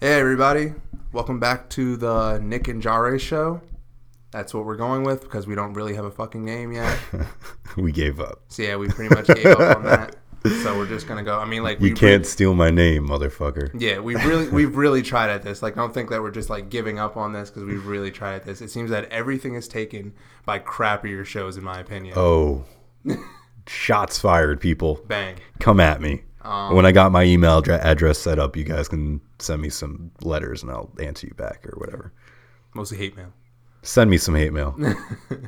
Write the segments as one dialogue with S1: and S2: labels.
S1: Hey, everybody. Welcome back to the Nick and Jare show. That's what we're going with because we don't really have a fucking name yet.
S2: we gave up.
S1: So, yeah, we pretty much gave up on that. So, we're just going to go. I mean, like,
S2: You
S1: we
S2: can't steal my name, motherfucker.
S1: yeah, we really, we've really tried at this. Like, don't think that we're just like giving up on this because we've really tried at this. It seems that everything is taken by crappier shows, in my opinion.
S2: Oh. Shots fired, people.
S1: Bang.
S2: Come at me. when I got my email adre- address set up, you guys can send me some letters and I'll answer you back or whatever.
S1: Mostly hate mail.
S2: Send me some hate mail.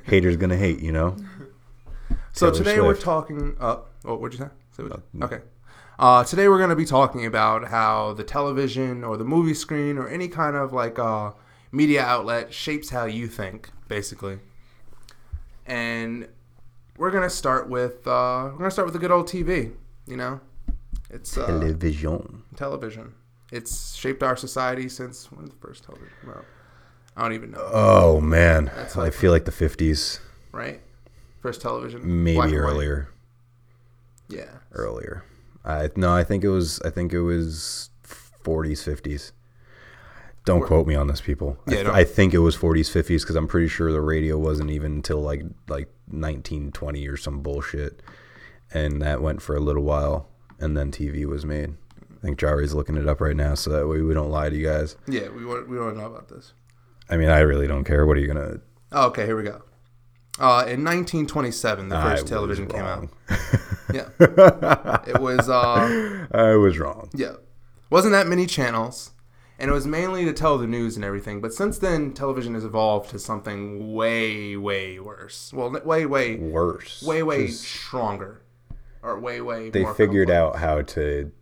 S2: Haters gonna hate, you know?
S1: So
S2: Taylor
S1: today we're
S2: Swift.
S1: talking. Uh, oh, what'd you say? Say what- okay. Uh, today we're going to be talking about how the television or the movie screen or any kind of like uh, media outlet shapes how you think, basically. And we're going to start with uh, we're going to start with the good old TV. You know, it's uh,
S2: Television.
S1: television. It's shaped our society since when was the first television? Well, I don't even know.
S2: Oh, man. I feel like the 50s,
S1: Right? First television,
S2: maybe
S1: black and white.
S2: earlier.
S1: Yeah.
S2: earlier. I no, I think it was I think it was 40s 50s. Don't quote me on this, people. I,
S1: Yeah,
S2: th-
S1: don't-
S2: I think it was 40s 50s because I'm pretty sure the radio wasn't even until like like 1920 or some bullshit, and that went for a little while, and then TV was made. I think Jari's looking it up right now, so that way we don't lie to you guys.
S1: Yeah. We want we want to know about this.
S2: I mean, I really don't care. What are you gonna?
S1: Oh, okay, here we go. Uh, in 1927, the
S2: I
S1: first
S2: was
S1: television came out.
S2: wrong.
S1: Yeah, it was. Uh,
S2: I was wrong.
S1: yeah, wasn't that many channels, and it was mainly to tell the news and everything. But since then, television has evolved to something way, way worse. Well, way, way,
S2: Worse.
S1: way, way
S2: Just-
S1: stronger, or way, way.
S2: they
S1: more
S2: figured out how to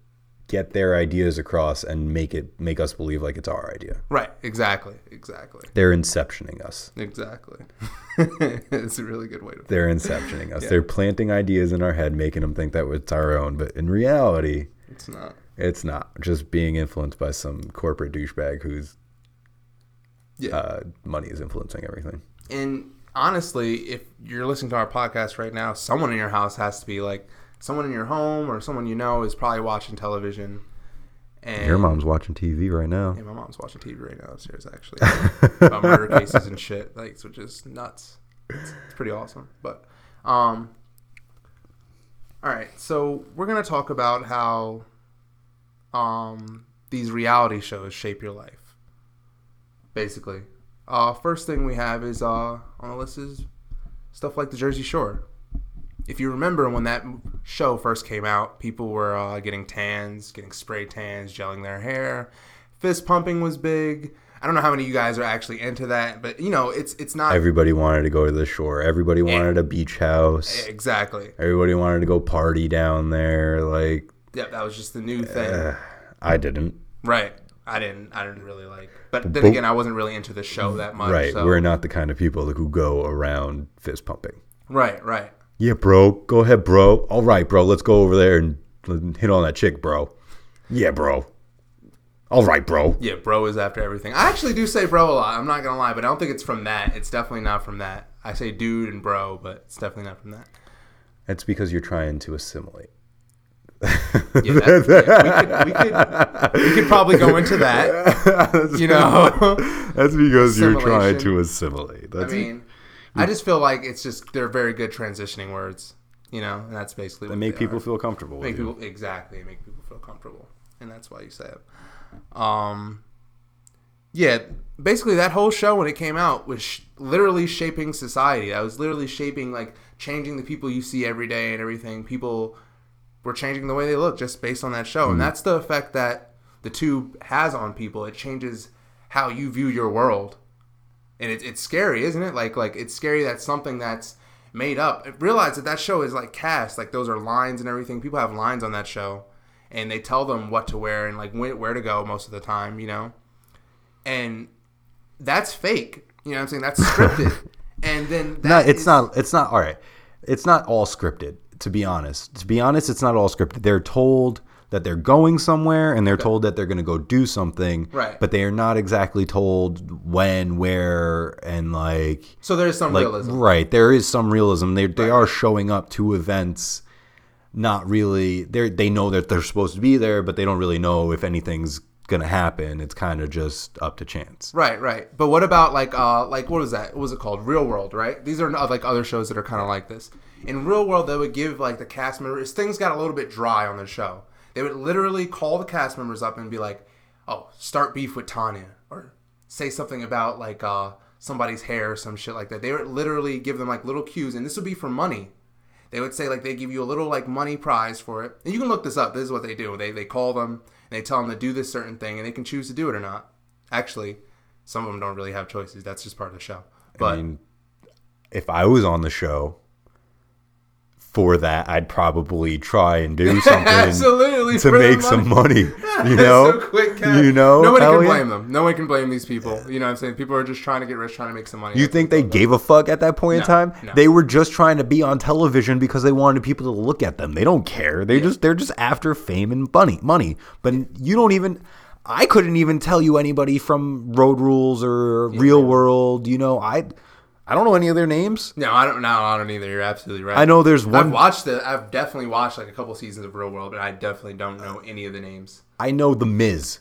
S2: get their ideas across and make it make us believe like it's our idea.
S1: Right. Exactly. Exactly.
S2: They're inceptioning us.
S1: Exactly. it's a really good way to.
S2: They're inceptioning us. They're planting ideas in our head, making them think that it's our own, but in reality,
S1: It's not.
S2: it's not. Just being influenced by some corporate douchebag whose
S1: Yeah.
S2: uh, money is influencing everything.
S1: and honestly, if you're listening to our podcast right now, someone in your house has to be like someone in your home or someone you know is probably watching television. And
S2: Your mom's watching TV right now.
S1: Yeah, my mom's watching TV right now upstairs, actually, about murder cases and shit, like which is nuts. It's, it's pretty awesome. But, um, all right, so we're gonna talk about how, um, these reality shows shape your life. Basically, uh, first thing we have is uh on the list is stuff like the Jersey Shore. If you remember when that show first came out, people were uh, getting tans, getting spray tans, gelling their hair. Fist pumping was big. I don't know how many of you guys are actually into that, but you know, it's it's not
S2: Everybody wanted to go to the shore. Everybody wanted a beach house.
S1: exactly.
S2: Everybody wanted to go party down there. Like
S1: Yep, that was just the new thing.
S2: Uh. I didn't.
S1: right. I didn't I didn't really like. But then
S2: But-
S1: again, I wasn't really into the show that much.
S2: Right.
S1: so-
S2: We're not the kind of people who go around fist pumping.
S1: right, right.
S2: Yeah, bro. Go ahead, bro. All right, bro. Let's go over there and and hit on that chick, bro. Yeah, bro. All right, bro.
S1: Yeah, bro is after everything. I actually do say bro a lot. I'm not gonna lie, but I don't think it's from that. It's definitely not from that. I say dude and bro, but it's definitely not from that.
S2: That's because you're trying to assimilate.
S1: Yeah, that- yeah, we, could, we, could, we could probably go into that. You know,
S2: That's because you're trying
S1: Assimilation.
S2: to assimilate.
S1: I
S2: That's
S1: mean, I just feel like it's just they're very good transitioning words. You know, and that's basically what
S2: make
S1: they
S2: people
S1: are.
S2: feel comfortable.
S1: make
S2: with you.
S1: people exactly make people feel comfortable, and that's why you say it. Um, yeah, basically that whole show when it came out was sh- literally shaping society. That was literally shaping like changing the people you see every day and everything. People were changing the way they look just based on that show, and that's the effect that the tube has on people. It changes how you view your world and it, it's scary, isn't it? Like like it's scary that something that's made up. Realize that that show is like cast, like those are lines and everything. People have lines on that show, and they tell them what to wear and like when, where to go most of the time, you know. And that's fake. You know what I'm saying? That's scripted. and then
S2: No,
S1: that
S2: it's
S1: is-
S2: not. It's not. All right. It's not all scripted. To be honest, to be honest, it's not all scripted. They're told that they're going somewhere, and they're told that they're going to go do something.
S1: Right.
S2: But they are not exactly told when, where, and like.
S1: So there's some
S2: Like,
S1: realism.
S2: Right. There is some realism. They they are showing up to events. Not really. They they know that they're supposed to be there, but they don't really know if anything's gonna happen. It's kind of just up to chance.
S1: Right, right. But what about like uh like what was that? What was it called? Real World, right? These are not like other shows that are kind of like this. In Real World, they would give like the cast members things got a little bit dry on the show. They would literally call the cast members up and be like, "Oh, start beef with Tanya," or say something about like uh somebody's hair or some shit like that. They would literally give them like little cues, and this would be for money. They would say like they give you a little like money prize for it, and you can look this up. This is what they do. They they call them and they tell them to do this certain thing, and they can choose to do it or not. Actually, some of them don't really have choices. That's just part of the show. But
S2: I mean, if I was on the show for that, I'd probably try and do something
S1: absolutely
S2: to
S1: for the
S2: make some money. You know,
S1: so quick cash.
S2: you know,
S1: nobody
S2: Hell
S1: can
S2: yeah.
S1: blame them. No one can blame these people. You know what I'm saying? People are just trying to get rich, trying to make some money.
S2: You think they gave a fuck at that point in
S1: No,
S2: time?
S1: no.
S2: They were just trying to be on television because they wanted people to look at them. They don't care. They just they're just after fame and money, money. But you don't even. I couldn't even tell you anybody from Road Rules or Real World. You know, I I don't know any of their names.
S1: No, I don't. No, I don't either. You're absolutely right.
S2: I know there's
S1: I've
S2: one.
S1: watched the. I've definitely watched like a couple seasons of Real World, but I definitely don't know any of the names.
S2: I know the Miz,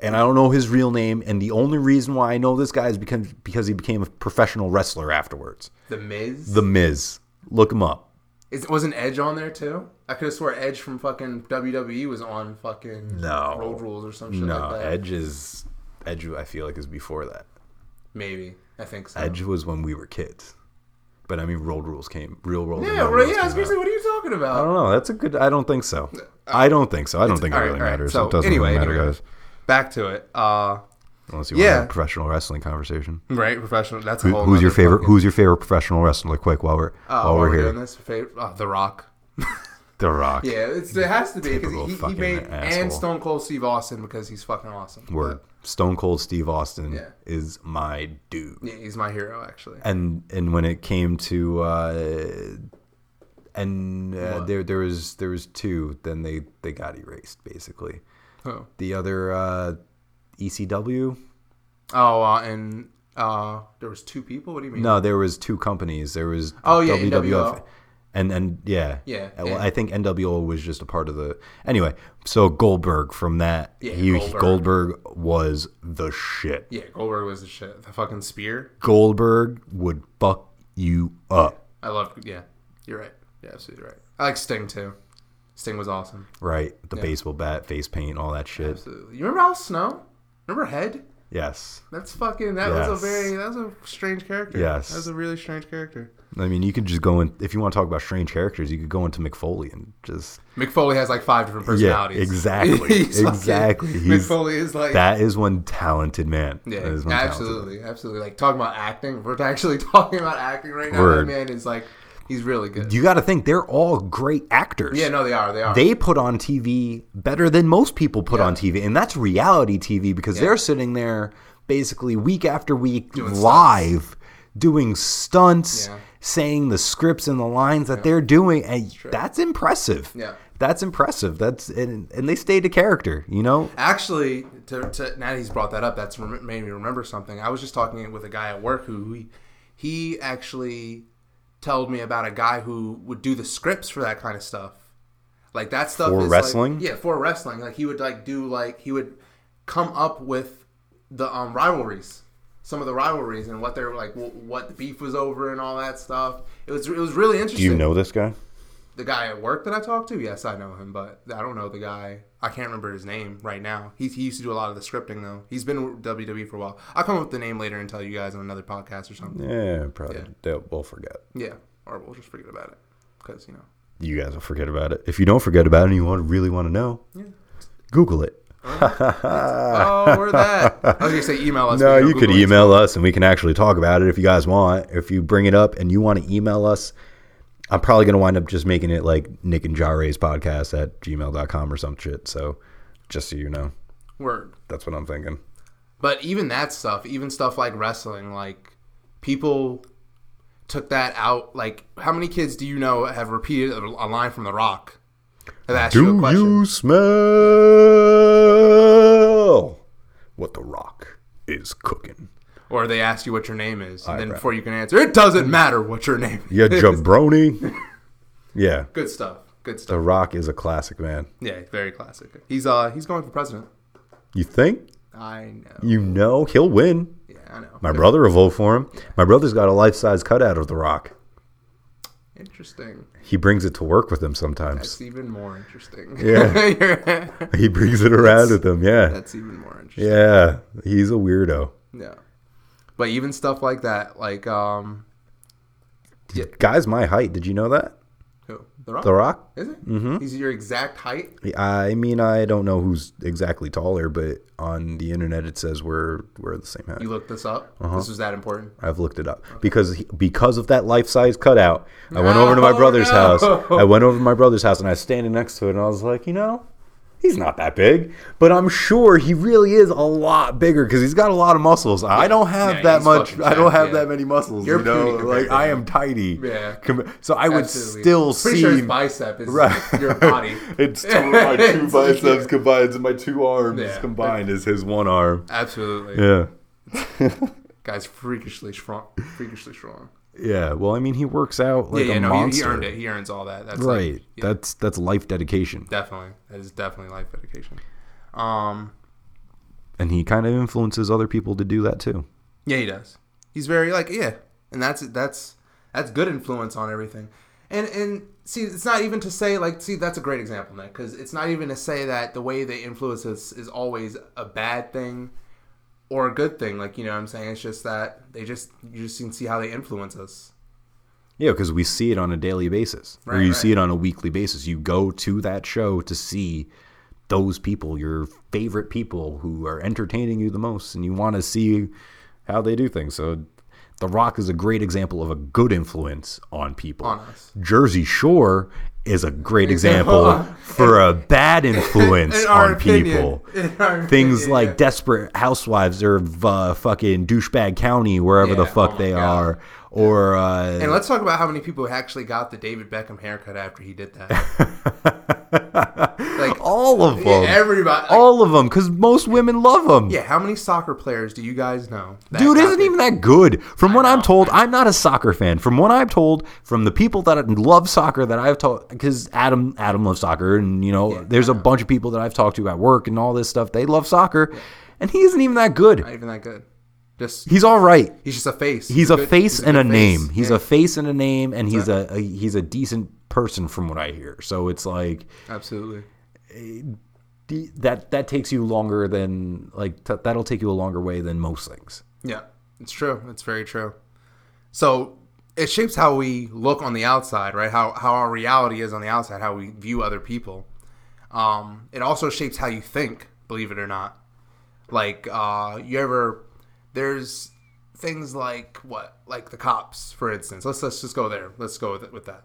S2: and I don't know his real name. And the only reason why I know this guy is because because he became a professional wrestler afterwards.
S1: The Miz.
S2: The Miz, look him up.
S1: Is, wasn't Edge on there too? I could have swore Edge from fucking WWE was on fucking
S2: No.
S1: Road Rules or some shit
S2: No,
S1: like that.
S2: Edge is Edge. I feel like is before that.
S1: Maybe I think so.
S2: Edge was when we were kids, but I mean, Road Rules came. Real World. and
S1: Yeah,
S2: Road
S1: right.
S2: Rules
S1: Yeah, I was
S2: came
S1: gonna say,
S2: out.
S1: what are you talking
S2: I
S1: about?
S2: don't know. That's a good. I don't think so. I don't think so. I don't think it
S1: all right,
S2: really
S1: all right.
S2: matters.
S1: So,
S2: it doesn't
S1: anyway,
S2: really matter,
S1: anyway.
S2: guys.
S1: Back to it. Uh,
S2: Unless you want to
S1: Yeah.
S2: have a professional wrestling conversation.
S1: right, professional. That's a
S2: Who,
S1: whole.
S2: who's your
S1: nother
S2: favorite?
S1: fucking-
S2: Who's your favorite professional wrestler? Quick, while we're
S1: Uh,
S2: while we're
S1: doing
S2: here,
S1: this, favorite, uh, The Rock.
S2: The Rock.
S1: Yeah, it's, it has to be because
S2: Typical
S1: he, he
S2: fucking
S1: made
S2: asshole.
S1: and Stone Cold Steve Austin because he's fucking awesome.
S2: Word. Stone Cold Steve Austin
S1: Yeah.
S2: is my dude.
S1: Yeah, he's my hero actually.
S2: and and when it came to uh, and uh, there there was there was two then they they got erased basically
S1: Oh,
S2: the other uh, ECW
S1: oh, uh, and uh, there was two people. What do you mean?
S2: no there was two companies there was
S1: Oh, yeah, NWO.
S2: and and yeah
S1: Yeah,
S2: Uh, well,
S1: and-
S2: I think NWO was just a part of the anyway so Goldberg from that
S1: Yeah,
S2: he
S1: Goldberg.
S2: Goldberg was the shit
S1: Yeah, Goldberg was the shit. The fucking spear.
S2: Goldberg would fuck you up
S1: I love. Yeah, you're right. Yeah, absolutely right. I like Sting too. Sting was awesome.
S2: right the baseball bat face paint all that shit
S1: Absolutely. You remember Al Snow? Remember Head?
S2: yes
S1: That's fucking. That
S2: Yes.
S1: was a very. That was a strange character.
S2: Yes.
S1: That was a really strange character.
S2: I mean, you could just go in. If you want to talk about strange characters, you could go into McFoley and just
S1: McFoley has like five different
S2: yeah,
S1: personalities.
S2: exactly,
S1: He's fucking-
S2: exactly. He's
S1: McFoley is like.
S2: that is one talented man.
S1: yeah,
S2: That is one talented
S1: absolutely, absolutely. Like talking about acting, if we're actually talking about acting right now.
S2: Word.
S1: That man is like, he's really
S2: man.
S1: good.
S2: You got to think they're all great actors.
S1: Yeah, no, they are, they are.
S2: They put on TV better than most people put on TV, and that's reality TV because they're sitting there basically week after week live doing stunts,
S1: Yeah.
S2: saying the scripts and the lines that they're doing, and that's impressive.
S1: Yeah.
S2: that's impressive. That's and, and they stayed a character, you know.
S1: Actually, to, to now that he's brought that up, that's rem- made me remember something. I was just talking with a guy at work who he, he actually told me about a guy who would do the scripts for that kind of stuff. Like that stuff
S2: For
S1: is like-
S2: wrestling?
S1: yeah, for wrestling. Like he would like do like he would come up with the um, rivalries, some of the rivalries and what they're like, w- what the beef was over and all that stuff. It was it was really interesting
S2: this guy?
S1: the guy at work that I talked to, yes, I know him, but I don't know the guy. I can't remember his name right now. He, he used to do a lot of the scripting though. He's been with WWE for a while. I'll come up with the name later and tell you guys on another podcast or something.
S2: Yeah, probably. They'll, we'll forget.
S1: Yeah, or we'll just forget about it because you know.
S2: You guys will forget about it. If you don't forget about it and you want, really want to know, Google it.
S1: Oh, we're that. I was gonna say email us.
S2: No,
S1: but
S2: you could
S1: Google it.
S2: email us and we can actually talk about it if you guys want. If you bring it up and you want to email us, I'm probably going to wind up just making it like Nick and Jare's podcast at gmail.com or some shit. So just so you know,
S1: Word.
S2: that's what I'm thinking.
S1: But even that stuff, even stuff like wrestling, like people took that out. Like, how many kids do you know have repeated a a line from The Rock? Have asked you a
S2: Do
S1: question.
S2: you smell what The Rock is cooking?
S1: or they ask you what your name is, and then before you can answer, it doesn't matter what your name. is.
S2: Mm-hmm. Yeah, jabroni. yeah.
S1: Good stuff. Good stuff.
S2: The Rock is a classic man.
S1: Yeah, very classic. He's uh he's going for president.
S2: You think?
S1: I know.
S2: You know he'll win.
S1: yeah, I know.
S2: My brother will vote for him. My brother's got a life size cutout of The Rock.
S1: Interesting.
S2: He brings it to work with him sometimes.
S1: That's even more interesting.
S2: Yeah.
S1: You're-
S2: He brings it around with him. Yeah.
S1: That's even more interesting.
S2: Yeah. He's a weirdo.
S1: No. But even stuff like that, like um,
S2: Guy's my height. Did you know that?
S1: who the Rock?
S2: The Rock?
S1: Is it? Mm-hmm. He's your exact height.
S2: I mean, I don't know who's exactly taller, but on the internet it says we're we're the same height.
S1: You looked this up.
S2: Uh-huh.
S1: This was that important.
S2: I've looked it up because he- because of that life size cutout. I went over to my
S1: No,
S2: brother's
S1: no.
S2: house. I went over to my brother's house and I was standing next to it and I was like, you know, he's not that big, but I'm sure he really is a lot bigger because he's got a lot of muscles. I don't have
S1: Yeah,
S2: that
S1: he's
S2: much.
S1: fucking
S2: I don't
S1: jacked,
S2: have
S1: yeah.
S2: that many muscles.
S1: You're
S2: you know,
S1: puny compared
S2: like
S1: to
S2: I am tiny.
S1: Yeah.
S2: Com- so I would
S1: Absolutely.
S2: still
S1: Pretty
S2: see
S1: sure his bicep is
S2: Right.
S1: your body.
S2: It's two, my two biceps combined, and my two arms
S1: Yeah.
S2: combined is his one arm.
S1: Absolutely.
S2: Yeah.
S1: Guy's freakishly strong. Freakishly strong.
S2: Yeah. Well, I mean, he works out like
S1: yeah, yeah,
S2: a
S1: no, he,
S2: monster.
S1: he earned it. He earns all that. That's like-
S2: Right.
S1: yeah,
S2: That's that's life dedication,
S1: definitely. That is definitely life dedication. Um,
S2: and he kind of influences other people to do that too.
S1: yeah, he does. He's very like yeah, and that's that's that's good influence on everything. And and see, it's not even to say like see that's a great example, Nick, because it's not even to say that the way they influence us is always a bad thing or a good thing. Like you know, what I'm saying it's just that they just you just can see how they influence us.
S2: Yeah, because we see it on a daily basis, or
S1: Right,
S2: you
S1: right.
S2: see it on a weekly basis. You go to that show to see those people, your favorite people who are entertaining you the most, and you want to see how they do things. So, The Rock is a great example of a good influence on people.
S1: On us.
S2: Jersey Shore is a great example for a bad influence
S1: In our
S2: on
S1: opinion.
S2: people.
S1: In our
S2: Things
S1: opinion,
S2: like
S1: yeah.
S2: Desperate Housewives or uh, fucking Douchebag County, wherever the
S1: Yeah,
S2: fuck
S1: oh my
S2: they
S1: God.
S2: are, or uh,
S1: And let's talk about how many people actually got the David Beckham haircut after he did that. like
S2: all of them.
S1: yeah, everybody. like,
S2: all of them, because most women love them.
S1: yeah, how many soccer players do you guys know? that
S2: Dude
S1: got
S2: isn't
S1: the-
S2: even that good. From what I'm told, I'm not a soccer fan. From what I'm told, from the people that love soccer that I've talked, because Adam Adam loves soccer, and you know, there's a bunch of people that I've talked to at work and all this stuff. They love soccer, and he isn't even that good.
S1: not even that good. Just
S2: He's all right.
S1: he's just a face.
S2: He's a
S1: good-
S2: face
S1: he's
S2: and a
S1: good
S2: name.
S1: face.
S2: He's
S1: Yeah,
S2: a face and a name, and he's a, a he's a decent person from what I hear. So it's like
S1: absolutely.
S2: the- that that takes you longer than like t- that'll take you a longer way than most things.
S1: Yeah, it's true. It's very true. So it shapes how we look on the outside, right? How how our reality is on the outside, how we view other people. Um, it also shapes how you think, believe it or not. Like uh, you ever there's things like what like the cops, for instance. Let's let's just go there. Let's go with it, with that.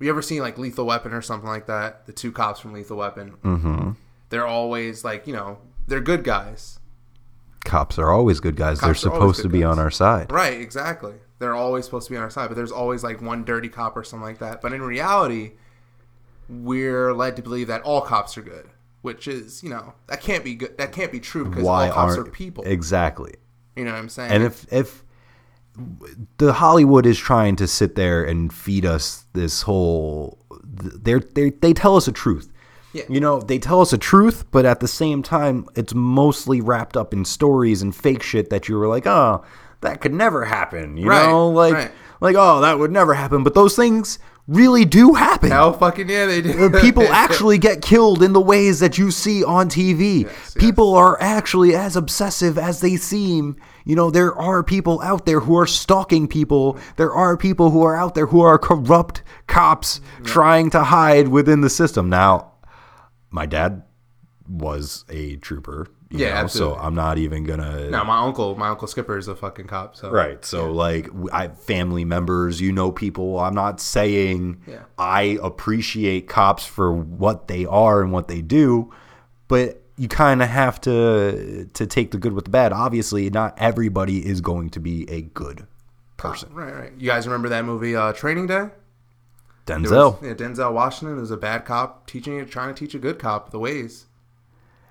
S1: You ever seen like Lethal Weapon or something like that? The two cops from Lethal Weapon. Mm-hmm. They're always like you know they're good guys.
S2: Cops are always good guys.
S1: Cops are
S2: They're
S1: always
S2: supposed to
S1: good
S2: be
S1: guys.
S2: on our side.
S1: Right, exactly. They're always supposed to be on our side, but there's always like one dirty cop or something like that. But in reality, we're led to believe that all cops are good, which is, you know, that can't be good. That can't be true because all
S2: Why
S1: cops
S2: aren't
S1: are people.
S2: exactly?
S1: you know what I'm saying?
S2: And if if the Hollywood is trying to sit there and feed us this whole, they they they tell us a truth.
S1: Yeah.
S2: You know, they tell us a truth, but at the same time, it's mostly wrapped up in stories and fake shit that you were like, oh, that could never happen. You
S1: Right,
S2: know, like
S1: right.
S2: like oh, that would never happen. But those things really do happen.
S1: Hell fucking yeah, they do.
S2: The Uh, people actually get killed in the ways that you see on TV.
S1: yes.
S2: people are actually as obsessive as they seem. You know, there are people out there who are stalking people. There are people who are out there who are corrupt cops
S1: Mm-hmm.
S2: trying to hide within the system. Now, my dad was a trooper. you
S1: Yeah,
S2: know, so
S1: absolutely.
S2: I'm not even gonna
S1: Now, my uncle, my uncle Skipper is a fucking cop, so.
S2: Right. So like w- I family members, you know people. I'm not saying
S1: Yeah.
S2: I appreciate cops for what they are and what they do, but you kind of have to to take the good with the bad. Obviously, not everybody is going to be a good person.
S1: Right, right. You guys remember that movie, uh, Training Day? There
S2: Denzel.
S1: was- yeah, Denzel Washington is a bad cop teaching, trying to teach a good cop the ways.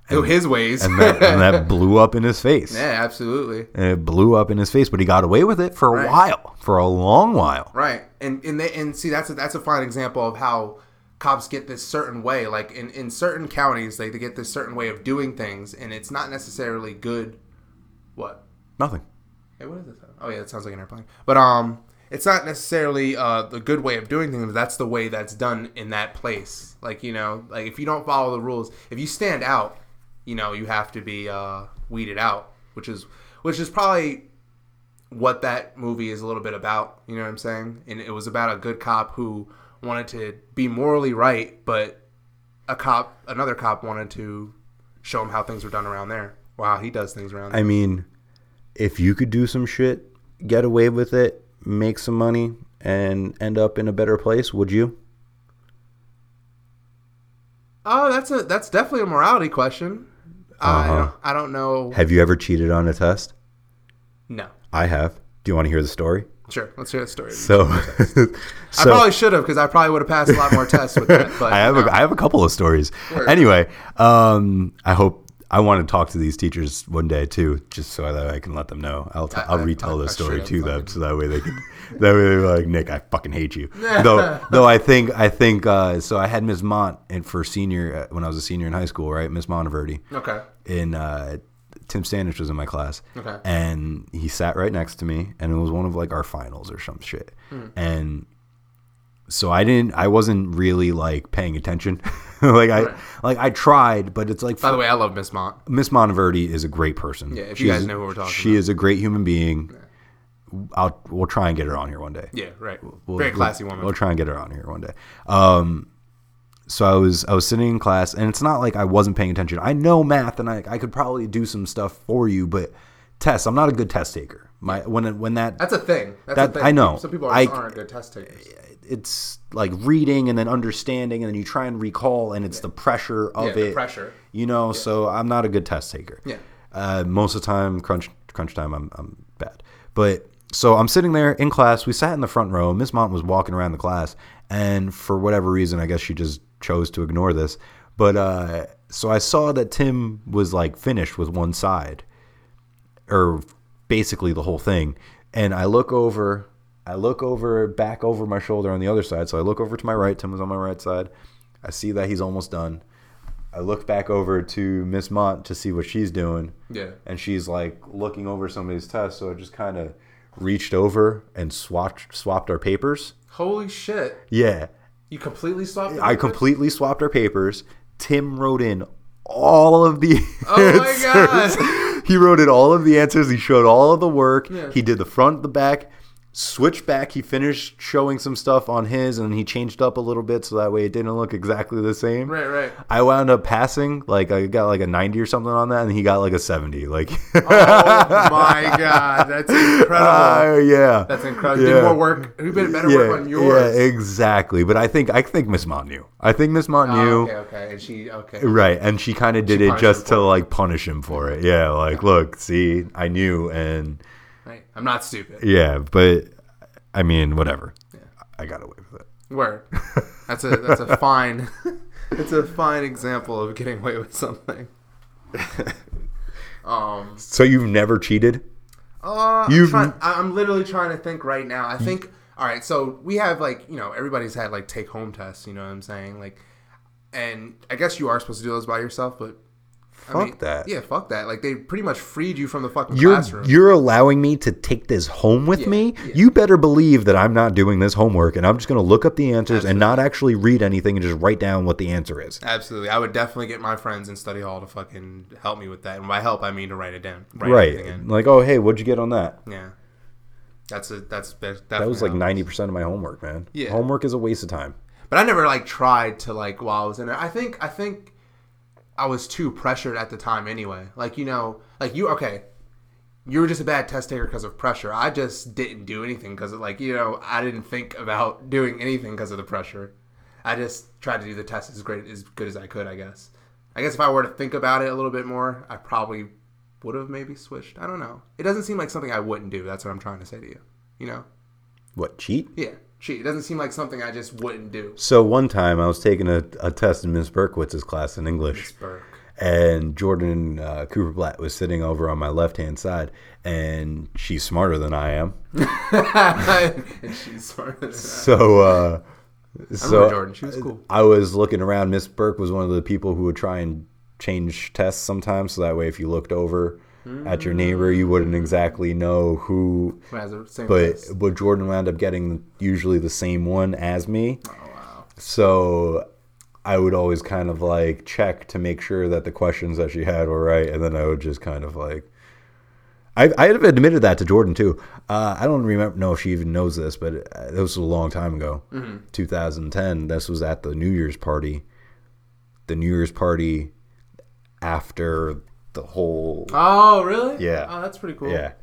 S2: And-
S1: his ways.
S2: and, that, and that blew up in his face.
S1: yeah, absolutely.
S2: And it blew up in his face, but he got away with it for a
S1: Right.
S2: while, for a long while.
S1: Right, and and they, and see that's a, that's a fine example of how cops get this certain way. Like in, in certain counties, they, they get this certain way of doing things, and it's not necessarily good. What?
S2: Nothing.
S1: Hey, what is this? Oh yeah, it sounds like an airplane. But um, it's not necessarily uh the good way of doing things. But that's the way that's done in that place. Like you know, like if you don't follow the rules, if you stand out, you know, you have to be uh weeded out, which is which is probably what that movie is a little bit about. You know what I'm saying? And it was about a good cop who wanted to be morally right, but a cop, another cop, wanted to show him how things were done around there. Wow, he does things around. there.
S2: I mean, if you could do some shit, get away with it, make some money, and end up in a better place, would you?
S1: Oh, that's a that's definitely a morality question. I,
S2: Uh-huh.
S1: don't, I don't know.
S2: Have you ever cheated on a test?
S1: No,
S2: I have. Do you want to hear the story?
S1: sure. Let's hear that story.
S2: So,
S1: I probably should have because I probably would have passed a lot more tests with that. But
S2: I have
S1: no.
S2: a, I have a couple of stories.
S1: Word.
S2: Anyway, um, I hope I want to talk to these teachers one day too, just so that I can let them know. I'll t-
S1: I-
S2: I'll
S1: I-
S2: retell
S1: I-
S2: this
S1: I
S2: story
S1: should've
S2: to them,
S1: fucking-
S2: so that way they can. that way they're like, Nick, I fucking hate you. though though I think I think uh, so. I had Ms. Mont and for senior uh, when I was a senior in high school, right? Ms. Monteverdi
S1: okay.
S2: in uh, Tim Standish was in my class,
S1: Okay.
S2: and he sat right next to me, and it was one of like our finals or some shit,
S1: Hmm.
S2: and so I didn't, I wasn't really like paying attention, like I,
S1: Right.
S2: like I tried, but it's like
S1: By the way, I love Miss Mont.
S2: Miss Monteverdi is a great person.
S1: Yeah, if
S2: She's-
S1: you guys know who we're talking
S2: she
S1: about.
S2: is a great human being. I'll we'll try and get her on here one day
S1: Yeah, right.
S2: we'll-
S1: Very classy
S2: we'll-
S1: woman.
S2: We'll try and get her on here one day. Um, so I was I was sitting in class, and it's not like I wasn't paying attention. I know math, and I I could probably do some stuff for you, but tests. I'm not a good test taker. My when when that
S1: That's a thing. That's
S2: That-
S1: a thing.
S2: I know.
S1: Some people
S2: I-
S1: aren't, aren't good test takers.
S2: it's like reading and then understanding, and then you try and recall, and it's the pressure of
S1: Yeah,
S2: it.
S1: the pressure.
S2: You know, so I'm not a good test taker.
S1: Yeah.
S2: Uh, most of the time, crunch crunch time, I'm I'm bad. But so I'm sitting there in class. We sat in the front row. Miss Mont was walking around the class, and for whatever reason, I guess she just chose to ignore this. But uh, so I saw that Tim was like finished with one side, or basically the whole thing. And I look over, I look over back over my shoulder on the other side. So I look over to my right. Tim was on my right side. I see that he's almost done. I look back over to Miss Mont to see what she's doing.
S1: Yeah.
S2: And she's like looking over somebody's test. So I just kind of reached over and swatched, swapped our papers.
S1: Holy shit!
S2: Yeah.
S1: You completely swapped. the
S2: I
S1: papers?
S2: completely swapped our papers. Tim wrote in all of the
S1: Oh my
S2: answers. He wrote in all of the answers. He showed all of the work.
S1: Yeah.
S2: He did the front, the back, switch back. He finished showing some stuff on his, and he changed up a little bit so that way it didn't look exactly the same.
S1: Right, right.
S2: I wound up passing. Like I got like a ninety or something on that, and he got like a seventy. Like,
S1: Oh my god, that's incredible.
S2: Ah, yeah,
S1: that's incredible. Do more work. You did better work on yours.
S2: Yeah, exactly. But I think I think Miss Mont knew. I think Miss Mont
S1: Ah,
S2: knew.
S1: okay, okay. And she okay.
S2: Right, and she kind of did it
S1: punished
S2: just
S1: him
S2: to like punish him for it. Yeah, like look, see, I knew, and
S1: Right. I'm not stupid.
S2: yeah, but I mean, whatever. I got away with it.
S1: Word. That's a that's a fine it's a fine example of getting away with something. Um
S2: So you've never cheated?
S1: uh,
S2: You've- Mm.
S1: I'm, trying- I- I'm literally trying to think right now. I think all right, so we have like, you know, everybody's had like take home tests, you know what I'm saying? Like and I guess you are supposed to do those by yourself, but
S2: Fuck that.
S1: Yeah, fuck that. Like they pretty much freed you from the fucking
S2: You're
S1: classroom.
S2: you're allowing me to take this home with me?
S1: yeah.
S2: You better believe that I'm not doing this homework, and I'm just gonna look up the answers and not actually read anything and just write down what the answer is.
S1: Absolutely, I would definitely get my friends in study hall to fucking help me with that. And by help, I mean to write it down. Write
S2: Right?
S1: everything in.
S2: Like, oh hey, what'd you get on that?
S1: Yeah, that's a that's
S2: That was like ninety percent of my homework, man.
S1: Yeah.
S2: Homework is a waste of time.
S1: But I never like tried to like while I was in it. I think I think I was too pressured at the time anyway. Like you know, like you okay, you were just a bad test taker because of pressure. I just didn't do anything because like you know I didn't think about doing anything because of the pressure. I just tried to do the test as great as good as I could. I guess. I guess if I were to think about it a little bit more, I probably would have maybe switched. I don't know. It doesn't seem like something I wouldn't do. That's what I'm trying to say to you. You know.
S2: What cheat?
S1: Yeah, cheat. It doesn't seem like something I just wouldn't do.
S2: So one time I was taking a, a test in Miss Berkowitz's class in English,
S1: Burke.
S2: and Jordan uh, Cooper Blatt was sitting over on my left hand side, and she's smarter than I am.
S1: and she's smarter than that.
S2: So uh,
S1: remember Jordan. She was cool.
S2: I was looking around. Miss Burke was one of the people who would try and change tests sometimes, so that way if you looked over at your neighbor, you wouldn't exactly know who.
S1: Who has the same
S2: But
S1: face.
S2: but Jordan wound up getting usually the same one as me,
S1: Oh wow.
S2: so I would always kind of like check to make sure that the questions that she had were right, and then I would just kind of like. I I have admitted that to Jordan too. Uh, I don't remember know if she even knows this, but uh, this was a long time ago,
S1: Mm-hmm.
S2: 2010. This was at the New Year's party. The New Year's party after the whole
S1: Oh really?
S2: Yeah.
S1: Oh, that's pretty cool.
S2: yeah.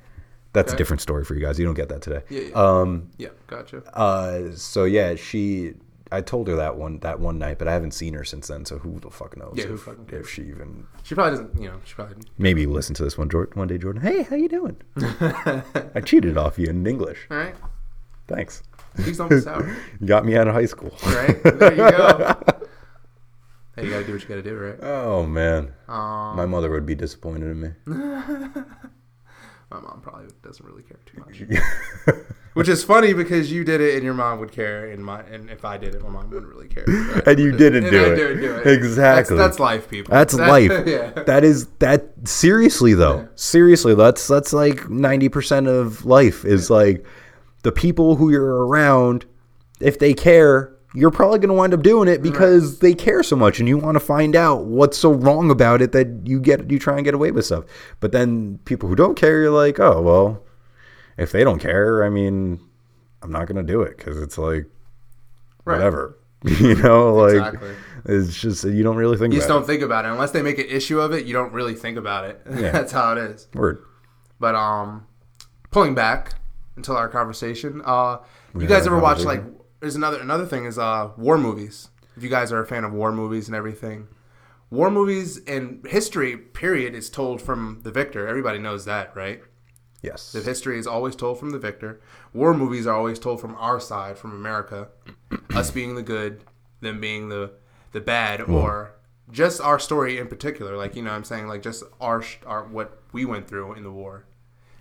S2: That's
S1: Okay.
S2: a different story for you guys. You don't get that today.
S1: Yeah. yeah.
S2: Um.
S1: yeah. Gotcha.
S2: Uh. So yeah, she. I told her that one that one night, but I haven't seen her since then. So who the fuck knows
S1: Yeah, who
S2: if,
S1: fucking
S2: if she even
S1: She probably doesn't. You know. She probably.
S2: maybe you listen to this one Jordan, one day, Jordan. Hey, how you doing? I cheated off you in English.
S1: All right.
S2: Thanks.
S1: Please don't be sour.
S2: You got me out of high school.
S1: Right. There you go. hey, you gotta do what you gotta do, right?
S2: Oh man,
S1: Um,
S2: my mother would be disappointed in me.
S1: my mom probably doesn't really care too much. Which is funny because you did it and your mom would care, and my and if I did it, my mom wouldn't really care. But-
S2: And you didn't
S1: and
S2: do,
S1: I
S2: it.
S1: didn't do it.
S2: Exactly.
S1: That's, that's life, people.
S2: That's
S1: That-
S2: life.
S1: yeah.
S2: That is that seriously though. Seriously, that's that's like 90% of life is like the people who you're around if they care, you're probably going to wind up doing it because they care so much and you want to find out what's so wrong about it that you get you try and get away with stuff. But then people who don't care you're like, "Oh, well, if they don't care, I mean, I'm not going to do it cuz it's like
S1: Right.
S2: whatever." You know, like
S1: Exactly.
S2: it's just you don't really think
S1: You
S2: about
S1: just don't think about it unless they make an issue of it. You don't really think about it. that's how it is.
S2: it. Word.
S1: But um, pulling back until our conversation. Uh, you guys
S2: had a
S1: ever watch like?
S2: conversation.
S1: There's another another thing is uh war movies. If you guys are a fan of war movies and everything, war movies and history period is told from the victor. Everybody knows that, right?
S2: Yes.
S1: That history is always told from the victor. War movies are always told from our side, from America, us being the good, them being the the bad, or just our story in particular. Like you know, what I'm saying like just our sh- our what we went through in the war.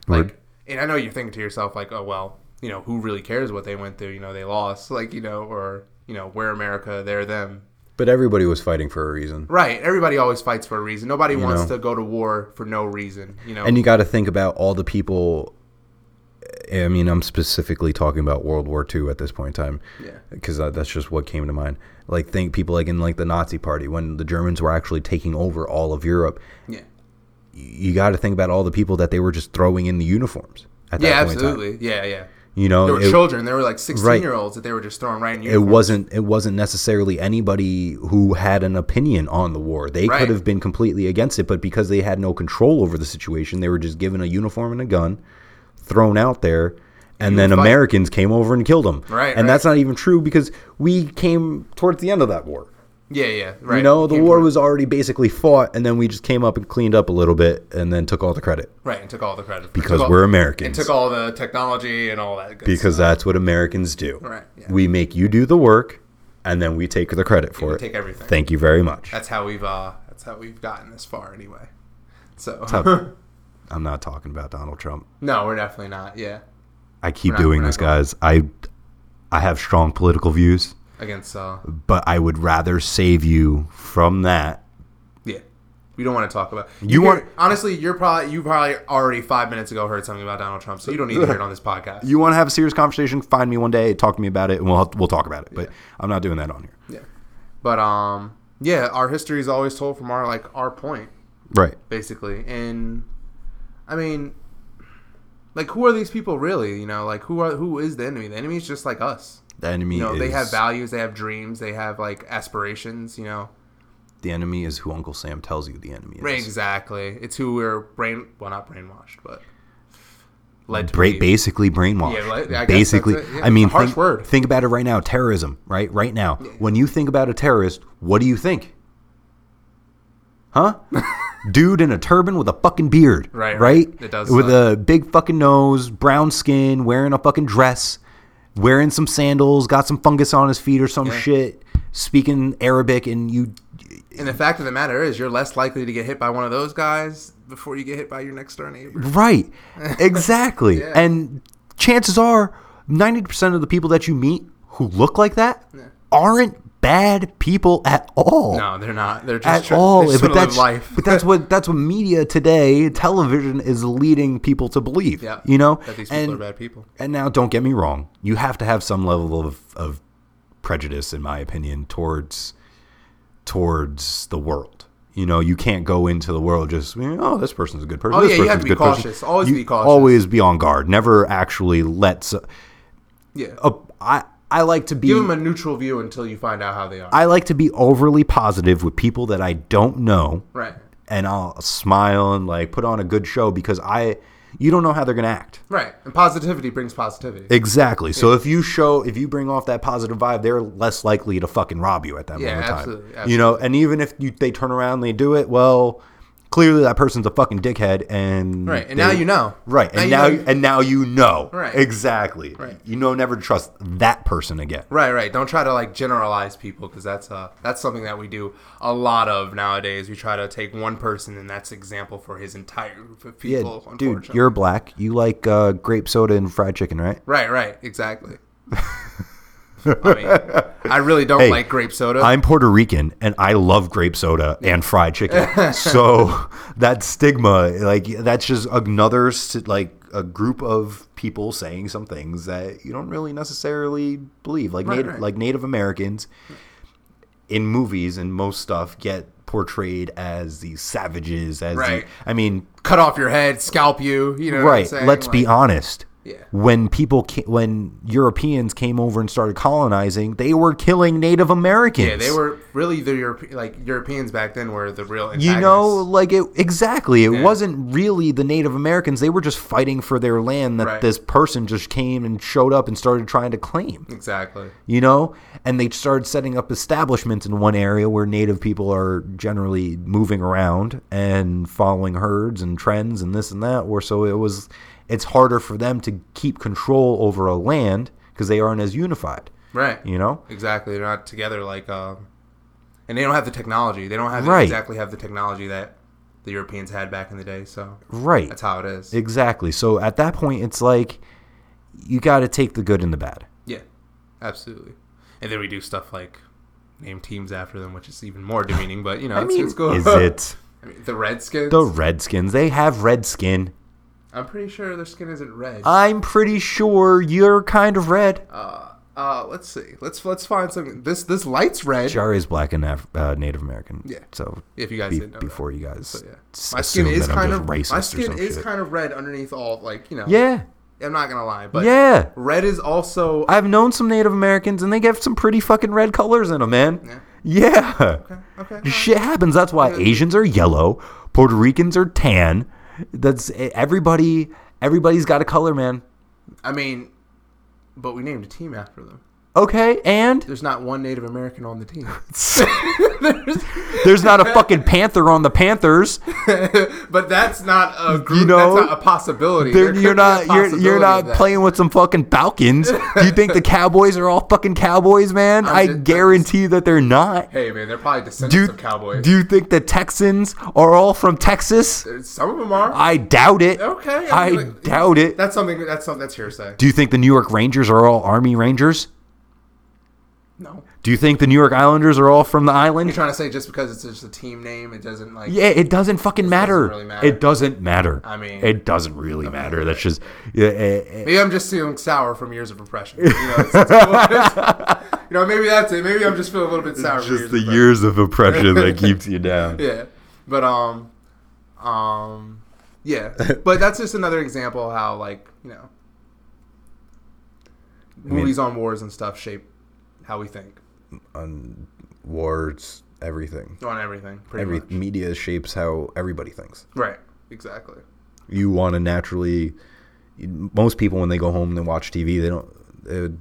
S1: Like,
S2: Right.
S1: and I know you're thinking to yourself like, oh well, you know, who really cares what they went through? You know, they lost. Like you know, or you know, we're America, they're them.
S2: But everybody was fighting for a reason.
S1: Right. Everybody always fights for a reason. Nobody wants
S2: know.
S1: to go to war for no reason. You know.
S2: And you got to think about all the people. eh, I mean, I'm specifically talking about World War II at this point in time.
S1: Yeah.
S2: Because that's just what came to mind. Like, think people like in like the Nazi Party when the Germans were actually taking over all of Europe.
S1: yeah.
S2: y- You got to think about all the people that they were just throwing in the uniforms at that
S1: Yeah.
S2: point in time.
S1: Absolutely. Yeah. Yeah.
S2: You
S1: They
S2: know,
S1: were
S2: it,
S1: children. They were like sixteen
S2: Right.
S1: year olds that they were just throwing right in
S2: it
S1: uniform.
S2: wasn't it wasn't necessarily anybody who had an opinion on the war. They
S1: Right.
S2: could have been completely against it, but because they had no control over the situation, they were just given a uniform and a gun, thrown out there, and then
S1: fight.
S2: Americans came over and killed them.
S1: Right,
S2: and
S1: right.
S2: that's not even true because we came towards the end of that war.
S1: yeah, yeah, right.
S2: You know, the
S1: Came
S2: war
S1: from-
S2: was already basically fought, and then we just came up and cleaned up a little bit, and then took all the credit
S1: right and took all the credit
S2: because
S1: took all-
S2: we're
S1: and
S2: Americans.
S1: took all the technology and all that. Good
S2: because that's what Americans do.
S1: Right, yeah.
S2: We make you do the work, and then we take the credit for
S1: we
S2: it.
S1: take everything.
S2: Thank you very much.
S1: that's how we've uh, that's how we've gotten this far anyway. So
S2: How- Oh, I'm not talking about Donald Trump.
S1: no, we're definitely not. Yeah,
S2: I keep
S1: We're not-
S2: doing
S1: we're
S2: this,
S1: not going.
S2: guys. I I have strong political views,
S1: against uh,
S2: but I would rather save you from that.
S1: yeah, we don't want to talk about
S2: You
S1: hear-
S2: want-
S1: honestly, you're probably you probably already five minutes ago heard something about Donald Trump, so you don't need to hear it on this podcast.
S2: You want to have a serious conversation? Find me one day, talk to me about it, and we'll we'll talk about it. But I'm not doing that on here.
S1: yeah, but um, yeah, our history is always told from our like our point.
S2: Right.
S1: basically. And I mean, like, who are these people really? You know, like, who are who is the enemy? The enemy is just like us.
S2: The enemy.
S1: You know,
S2: is,
S1: they have values, they have dreams, they have like aspirations. You know,
S2: The enemy is who Uncle Sam tells you the enemy is.
S1: exactly. It's who we're brain well, not brainwashed, but led to
S2: Bra-
S1: believe.
S2: basically brainwashed.
S1: Yeah, like, I guess that's
S2: basically,
S1: it, yeah.
S2: I mean,
S1: A harsh
S2: think,
S1: word.
S2: think about it right now. Terrorism, right? Right now, when you think about a terrorist, what do you think? Huh? Dude in a turban with a fucking beard,
S1: Right,
S2: Right?
S1: right. It does
S2: With a big fucking nose, brown skin, wearing a fucking dress, wearing some sandals, got some fungus on his feet or some shit, speaking Arabic, and you.
S1: And the fact of the matter is, you're less likely to get hit by one of those guys before you get hit by your next door neighbor.
S2: Right. Exactly. And chances are 90% of the people that you meet who look like that aren't bad people at all.
S1: No, they're not. They're just
S2: At
S1: try-
S2: all,
S1: They just
S2: but
S1: wanna live
S2: that's
S1: life.
S2: but that's what that's what media today, television is leading people to believe.
S1: yeah,
S2: you know,
S1: that these people
S2: and
S1: are bad people.
S2: and now, don't get me wrong. You have to have some level of, of prejudice, in my opinion, towards towards the world. You know, you can't go into the world just you know, oh, this person's a good person.
S1: Oh,
S2: this
S1: yeah, you have
S2: person's
S1: to
S2: a
S1: be
S2: good person."
S1: cautious. Always
S2: You
S1: be cautious.
S2: Always be on guard. Never actually let. So,
S1: Yeah,
S2: uh, I I like to be.
S1: give them a neutral view until you find out how they are.
S2: I like to be overly positive with people that I don't know
S1: right,
S2: and I'll smile and like put on a good show because I you don't know how they're going to act.
S1: right. And positivity brings positivity.
S2: Exactly. So if you show, if you bring off that positive vibe, they're less likely to fucking rob you at that
S1: Yeah,
S2: moment in time.
S1: absolutely,
S2: You know, and even if you, they turn around and they do it, well, clearly that person's a fucking dickhead, and
S1: Right, and
S2: they-
S1: now you know.
S2: Right, and now,
S1: you know-
S2: and now you know.
S1: Right.
S2: Exactly.
S1: Right.
S2: You know, never to trust that person again.
S1: Right, right. Don't try to like generalize people because that's uh that's something that we do a lot of nowadays. We try to take one person and that's example for his entire group of
S2: Yeah,
S1: people.
S2: dude,
S1: unfortunately.
S2: you're black. You like uh, grape soda and fried chicken, right?
S1: right, right, exactly. I mean, I really don't
S2: Hey,
S1: like grape soda.
S2: I'm Puerto Rican and I love grape soda and fried chicken. so that stigma, like that's just another s- like a group of people saying some things that you don't really necessarily believe. Like
S1: Right,
S2: Native,
S1: right.
S2: like Native Americans in movies and most stuff get portrayed as these savages. As the-
S1: Right.
S2: I mean,
S1: Cut off your head, scalp you. You know, what I'm
S2: right?
S1: saying?
S2: Let's be
S1: Like,
S2: honest.
S1: Yeah.
S2: When people ca- when Europeans came over and started colonizing, they were killing Native Americans.
S1: Yeah, they were really the Europe, like Europeans back then were the real. Antagonists.
S2: You know, like it exactly. It
S1: Yeah.
S2: wasn't really the Native Americans. They were just fighting for their land that
S1: Right.
S2: this person just came and showed up and started trying to claim.
S1: exactly.
S2: You know, and they started setting up establishments in one area where Native people are generally moving around and following herds and trends and this and that. Or so it was. It's harder for them to keep control over a land because they aren't as unified.
S1: Right.
S2: You know,
S1: Exactly. They're not together like um and they don't have the technology. They don't have
S2: Right.
S1: exactly have the technology that the Europeans had back in the day, so
S2: right?
S1: that's how it is.
S2: Exactly. So at that point, it's like you got to take the good and the bad.
S1: yeah. Absolutely. And then we do stuff like name teams after them, which is even more demeaning, but you know,
S2: I
S1: it's,
S2: mean,
S1: it's cool.
S2: is it
S1: I mean, the Redskins?
S2: the Redskins? They have red skin.
S1: I'm pretty sure their skin isn't red. Uh,
S2: I'm pretty sure you're kind of red.
S1: uh, let's see. Let's let's find something. This this light's red.
S2: Jari is black and Af- uh, Native American.
S1: Yeah.
S2: So
S1: If you guys
S2: be-
S1: didn't know that.
S2: before you guys,
S1: So, yeah.
S2: s-
S1: My skin
S2: assume
S1: is
S2: that I'm
S1: kind
S2: just
S1: of
S2: racist
S1: my
S2: or
S1: skin
S2: some
S1: is
S2: shit.
S1: kind of red underneath all like, you know.
S2: yeah,
S1: I'm not going to lie, but
S2: yeah.
S1: red is also
S2: I've known some Native Americans, and they have some pretty fucking red colors in them, man. Yeah.
S1: okay. all
S2: Just Shit happens. That's why Asians are yellow, Puerto Ricans are tan. That's e-, everybody. Everybody's got a color, man.
S1: I mean, but we named a team after them.
S2: Okay, and
S1: There's not one Native American on the team.
S2: There's not a fucking panther on the Panthers.
S1: but that's not a group.
S2: You know,
S1: that's not a possibility.
S2: They're-
S1: There could
S2: you're
S1: be a
S2: not you're, you're
S1: possibility
S2: not
S1: of that.
S2: playing with some fucking Falcons. Do you think the Cowboys are all fucking Cowboys, man? I
S1: just-
S2: guarantee that they're not.
S1: Hey man, they're probably descendants
S2: Do,
S1: of cowboys.
S2: do you think the Texans are all from Texas?
S1: There's- Some of them are.
S2: I doubt it.
S1: Okay, I
S2: I
S1: mean, like-
S2: doubt it.
S1: that's something. That's something. That's hearsay.
S2: Do you think the New York Rangers are all Army Rangers?
S1: No.
S2: Do you think the New York Islanders are all from the
S1: You're
S2: island?
S1: trying to say just because it's just a team name, it doesn't like.
S2: Yeah, it doesn't fucking matter.
S1: really matter.
S2: It doesn't matter.
S1: I mean-
S2: it doesn't really matter. That's just yeah, eh, eh,
S1: Maybe I'm just feeling sour from years of repression. You know, it's- it's- you know, maybe that's it. Maybe I'm just feeling a little bit sour. from
S2: just the
S1: years of
S2: years of oppression that keeps you down.
S1: yeah but um um yeah but that's just another example how like you know
S2: mean-
S1: movies on wars and stuff shape how we think
S2: On wars, everything,
S1: on everything pretty
S2: every
S1: much
S2: media shapes how everybody thinks.
S1: right exactly
S2: You want to naturally. Most people, when they go home and watch TV, they don't. Uh,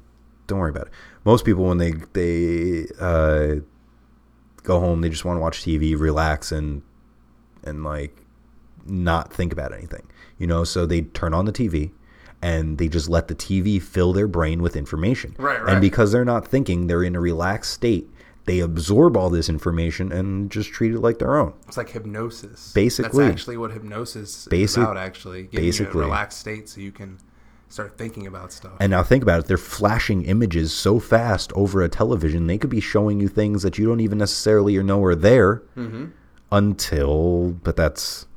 S2: don't worry about it. Most people, when they they uh, go home, they just want to watch TV, relax, and and like not think about anything, you know. So they turn on the TV and they just let the TV fill their brain with information.
S1: Right, right.
S2: And because they're not thinking, they're in a relaxed state. They absorb all this information and just treat it like their own.
S1: it's like hypnosis
S2: Basically.
S1: that's actually what hypnosis
S2: Basic-
S1: is about actually Getting you in a
S2: basically.
S1: relaxed state so you can start thinking about stuff.
S2: And now think about it, they're flashing images so fast over a television, they could be showing you things that you don't even necessarily know are there until but that's I mean,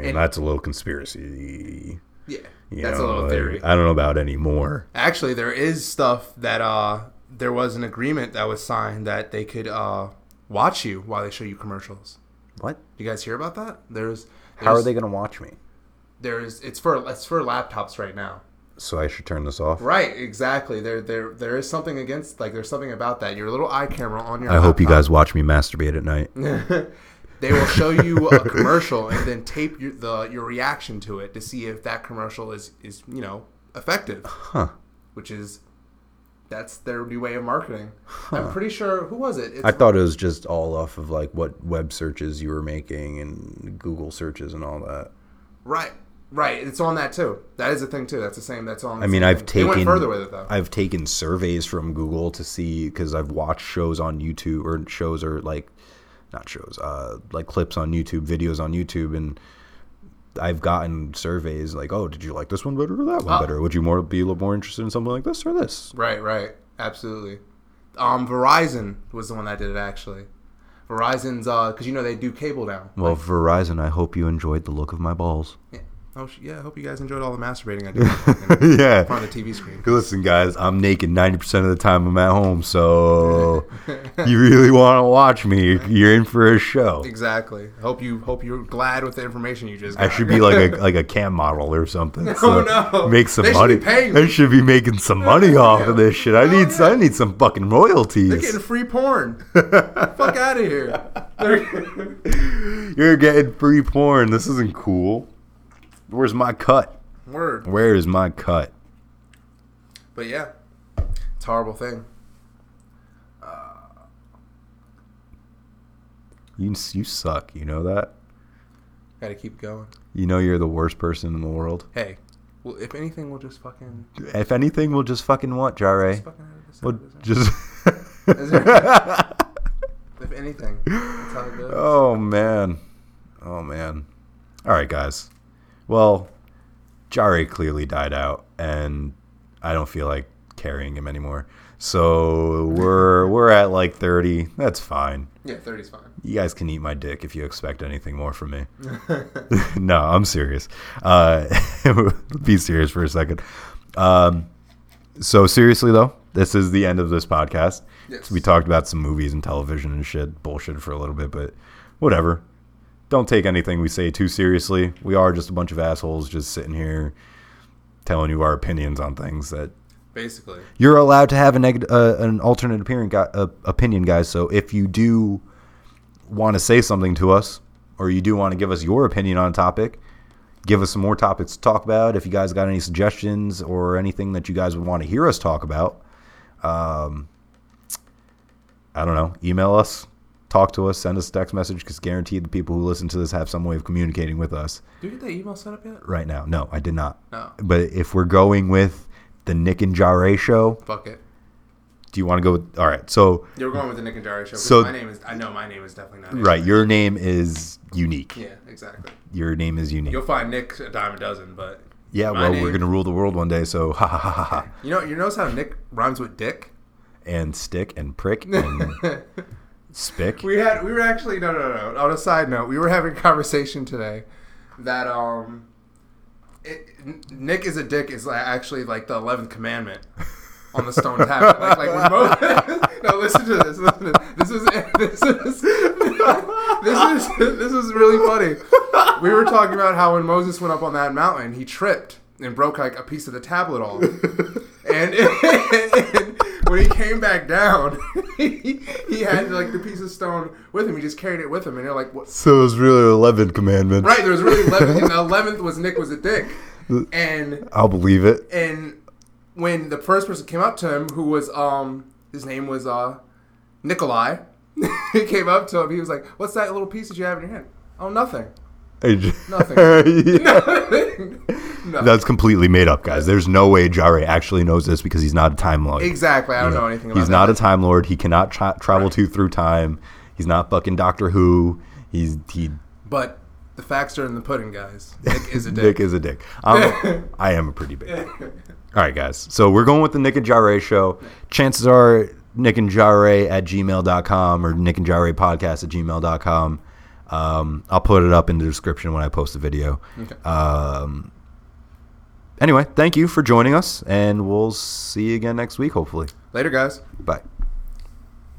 S1: Mm-hmm. And-
S2: that's a little conspiracy.
S1: yeah,
S2: you
S1: that's a
S2: know,
S1: little
S2: like,
S1: theory.
S2: I don't know about anymore.
S1: Actually, there is stuff that uh, there was an agreement that was signed that they could uh, watch you while they show you commercials.
S2: What?
S1: You guys hear about that? There's,
S2: How are
S1: there's-
S2: they going to watch me?
S1: There's it's for it's for laptops right now.
S2: So I should turn this off.
S1: Right, exactly. There there there is something against like there's something about that. Your little eye camera on your.
S2: I hope you
S1: laptop.
S2: guys watch me masturbate at night.
S1: They will show you a commercial and then tape your, the your reaction to it to see if that commercial is is you know effective.
S2: Huh.
S1: Which is, that's their new way of marketing. I'm pretty sure. Who was it? It's,
S2: I thought it was just all off of like what web searches you were making and Google searches and all that.
S1: right, right. It's on that too. That is a thing too. That's the same. That's on. the
S2: I mean,
S1: same
S2: I've
S1: thing.
S2: taken
S1: They went further with it though.
S2: I've taken surveys from Google to see because I've watched shows on YouTube or shows or like not shows, uh, like clips on YouTube, videos on YouTube, and I've gotten surveys like, "Oh, did you like this one better or that one
S1: Ah.
S2: better? Would you more be a little more interested in something like this or this?"
S1: Right, right. Absolutely. Um, Verizon was the one that did it actually. Verizon's uh, cause you know they do cable now.
S2: Well, Verizon, I hope you enjoyed the look of my balls.
S1: Yeah. Oh sh- yeah. I hope you guys enjoyed all the masturbating I did in
S2: yeah.
S1: front of the TV screen.
S2: Listen, guys, I'm naked 90% of the time I'm at home, so you really want to watch me, you're in for a show.
S1: Exactly. Hope you hope you're glad with the information you just.
S2: I
S1: got.
S2: should be like a like a cam model or something. No,
S1: no.
S2: make some
S1: They should be
S2: money.
S1: paying
S2: I should be making some money off of this shit. I
S1: Hell
S2: need
S1: yeah.
S2: I need some fucking
S1: They're
S2: royalties.
S1: getting free porn. Fuck out of here. They're-
S2: You're getting free porn. This isn't cool. Where's my cut?
S1: Word.
S2: Where is my cut?
S1: But yeah, it's a horrible thing.
S2: You you suck. You know that.
S1: Got to keep going.
S2: You know you're the worst person in the world.
S1: Hey, well, if anything, we'll just fucking.
S2: If anything, we'll just fucking what, Jare?
S1: fucking edit this out,
S2: We'll
S1: isn't it?
S2: just.
S1: If anything, that's how it goes.
S2: Oh man. Oh man. All right, guys. Well, Jare clearly died out and I don't feel like carrying him anymore. So we're we're at like 30. That's fine.
S1: Yeah, 30's fine.
S2: You guys can eat my dick if you expect anything more from me. no, I'm serious. Uh, be serious for a second. Um, so seriously though, this is the end of this podcast.
S1: Yes.
S2: We talked about some movies and television and shit bullshit for a little bit, but whatever. Don't take anything we say too seriously. We are just a bunch of assholes just sitting here telling you our opinions on things that
S1: Basically.
S2: you're allowed to have a neg- uh, an alternate appearing gu- uh, opinion, guys. So if you do want to say something to us, or you do want to give us your opinion on a topic, give us some more topics to talk about. If you guys got any suggestions or anything that you guys would want to hear us talk about, um, I don't know. Email us, talk to us, send us a text message because guaranteed the people who listen to this have some way of communicating with us
S1: Do you get that email set up yet?
S2: right now. No, I did not.
S1: No.
S2: But if we're going with the Nick and Jare show,
S1: Fuck it.
S2: do you want to go with all right so
S1: You're going with the Nick and Jari show. 'cause
S2: So-
S1: my name is. I know my name is definitely not. it.
S2: right your name is unique
S1: Yeah, exactly.
S2: your name is unique
S1: You'll find Nick a dime a dozen, but
S2: yeah
S1: my
S2: well
S1: name-
S2: we're gonna rule the world one day so ha ha ha ha, ha
S1: you know, you notice how Nick rhymes with Dick.
S2: and stick and prick and spick
S1: We had we were actually no no no. On a side note, we were having a conversation today that um, it, N- Nick is a dick is like actually like the eleventh commandment on the stone tablet. Like like when Moses. no, listen to this. Listen to this. This is this is this is this is really funny. We were talking about how when Moses went up on that mountain, he tripped and broke like a piece of the tablet off. And, and when he came back down, he, he had like the piece of stone with him. He just carried it with him, and you're like, what?
S2: so it was really 11 commandments
S1: Right, there was really 11. And the 11th was Nick was a dick. And
S2: i'll believe it
S1: and when the first person came up to him, who was, um, his name was uh, Nikolai, he came up to him. He was like, What's that little piece that you have in your hand? Oh, nothing.
S2: I ju-
S1: Nothing.
S2: Yeah.
S1: no.
S2: that's completely made up guys there's no way jare actually knows this because he's not a time lord
S1: Exactly. I don't know anything about
S2: he's
S1: that.
S2: not a time lord he cannot tra- travel to through time he's not fucking doctor who he's he
S1: But The facts are in the pudding, guys. Nick is a dick.
S2: Nick is a dick. I'm, I am a pretty big dick. All right, guys. So we're going with the Nick and Jare show. Chances are Nick and Jare at gmail.com or Nick and Jare podcast at gmail.com. Um, I'll put it up in the description when I post the video.
S1: Okay.
S2: Um, anyway, thank you for joining us, and we'll see you again next week, hopefully.
S1: Later, guys.
S2: Bye.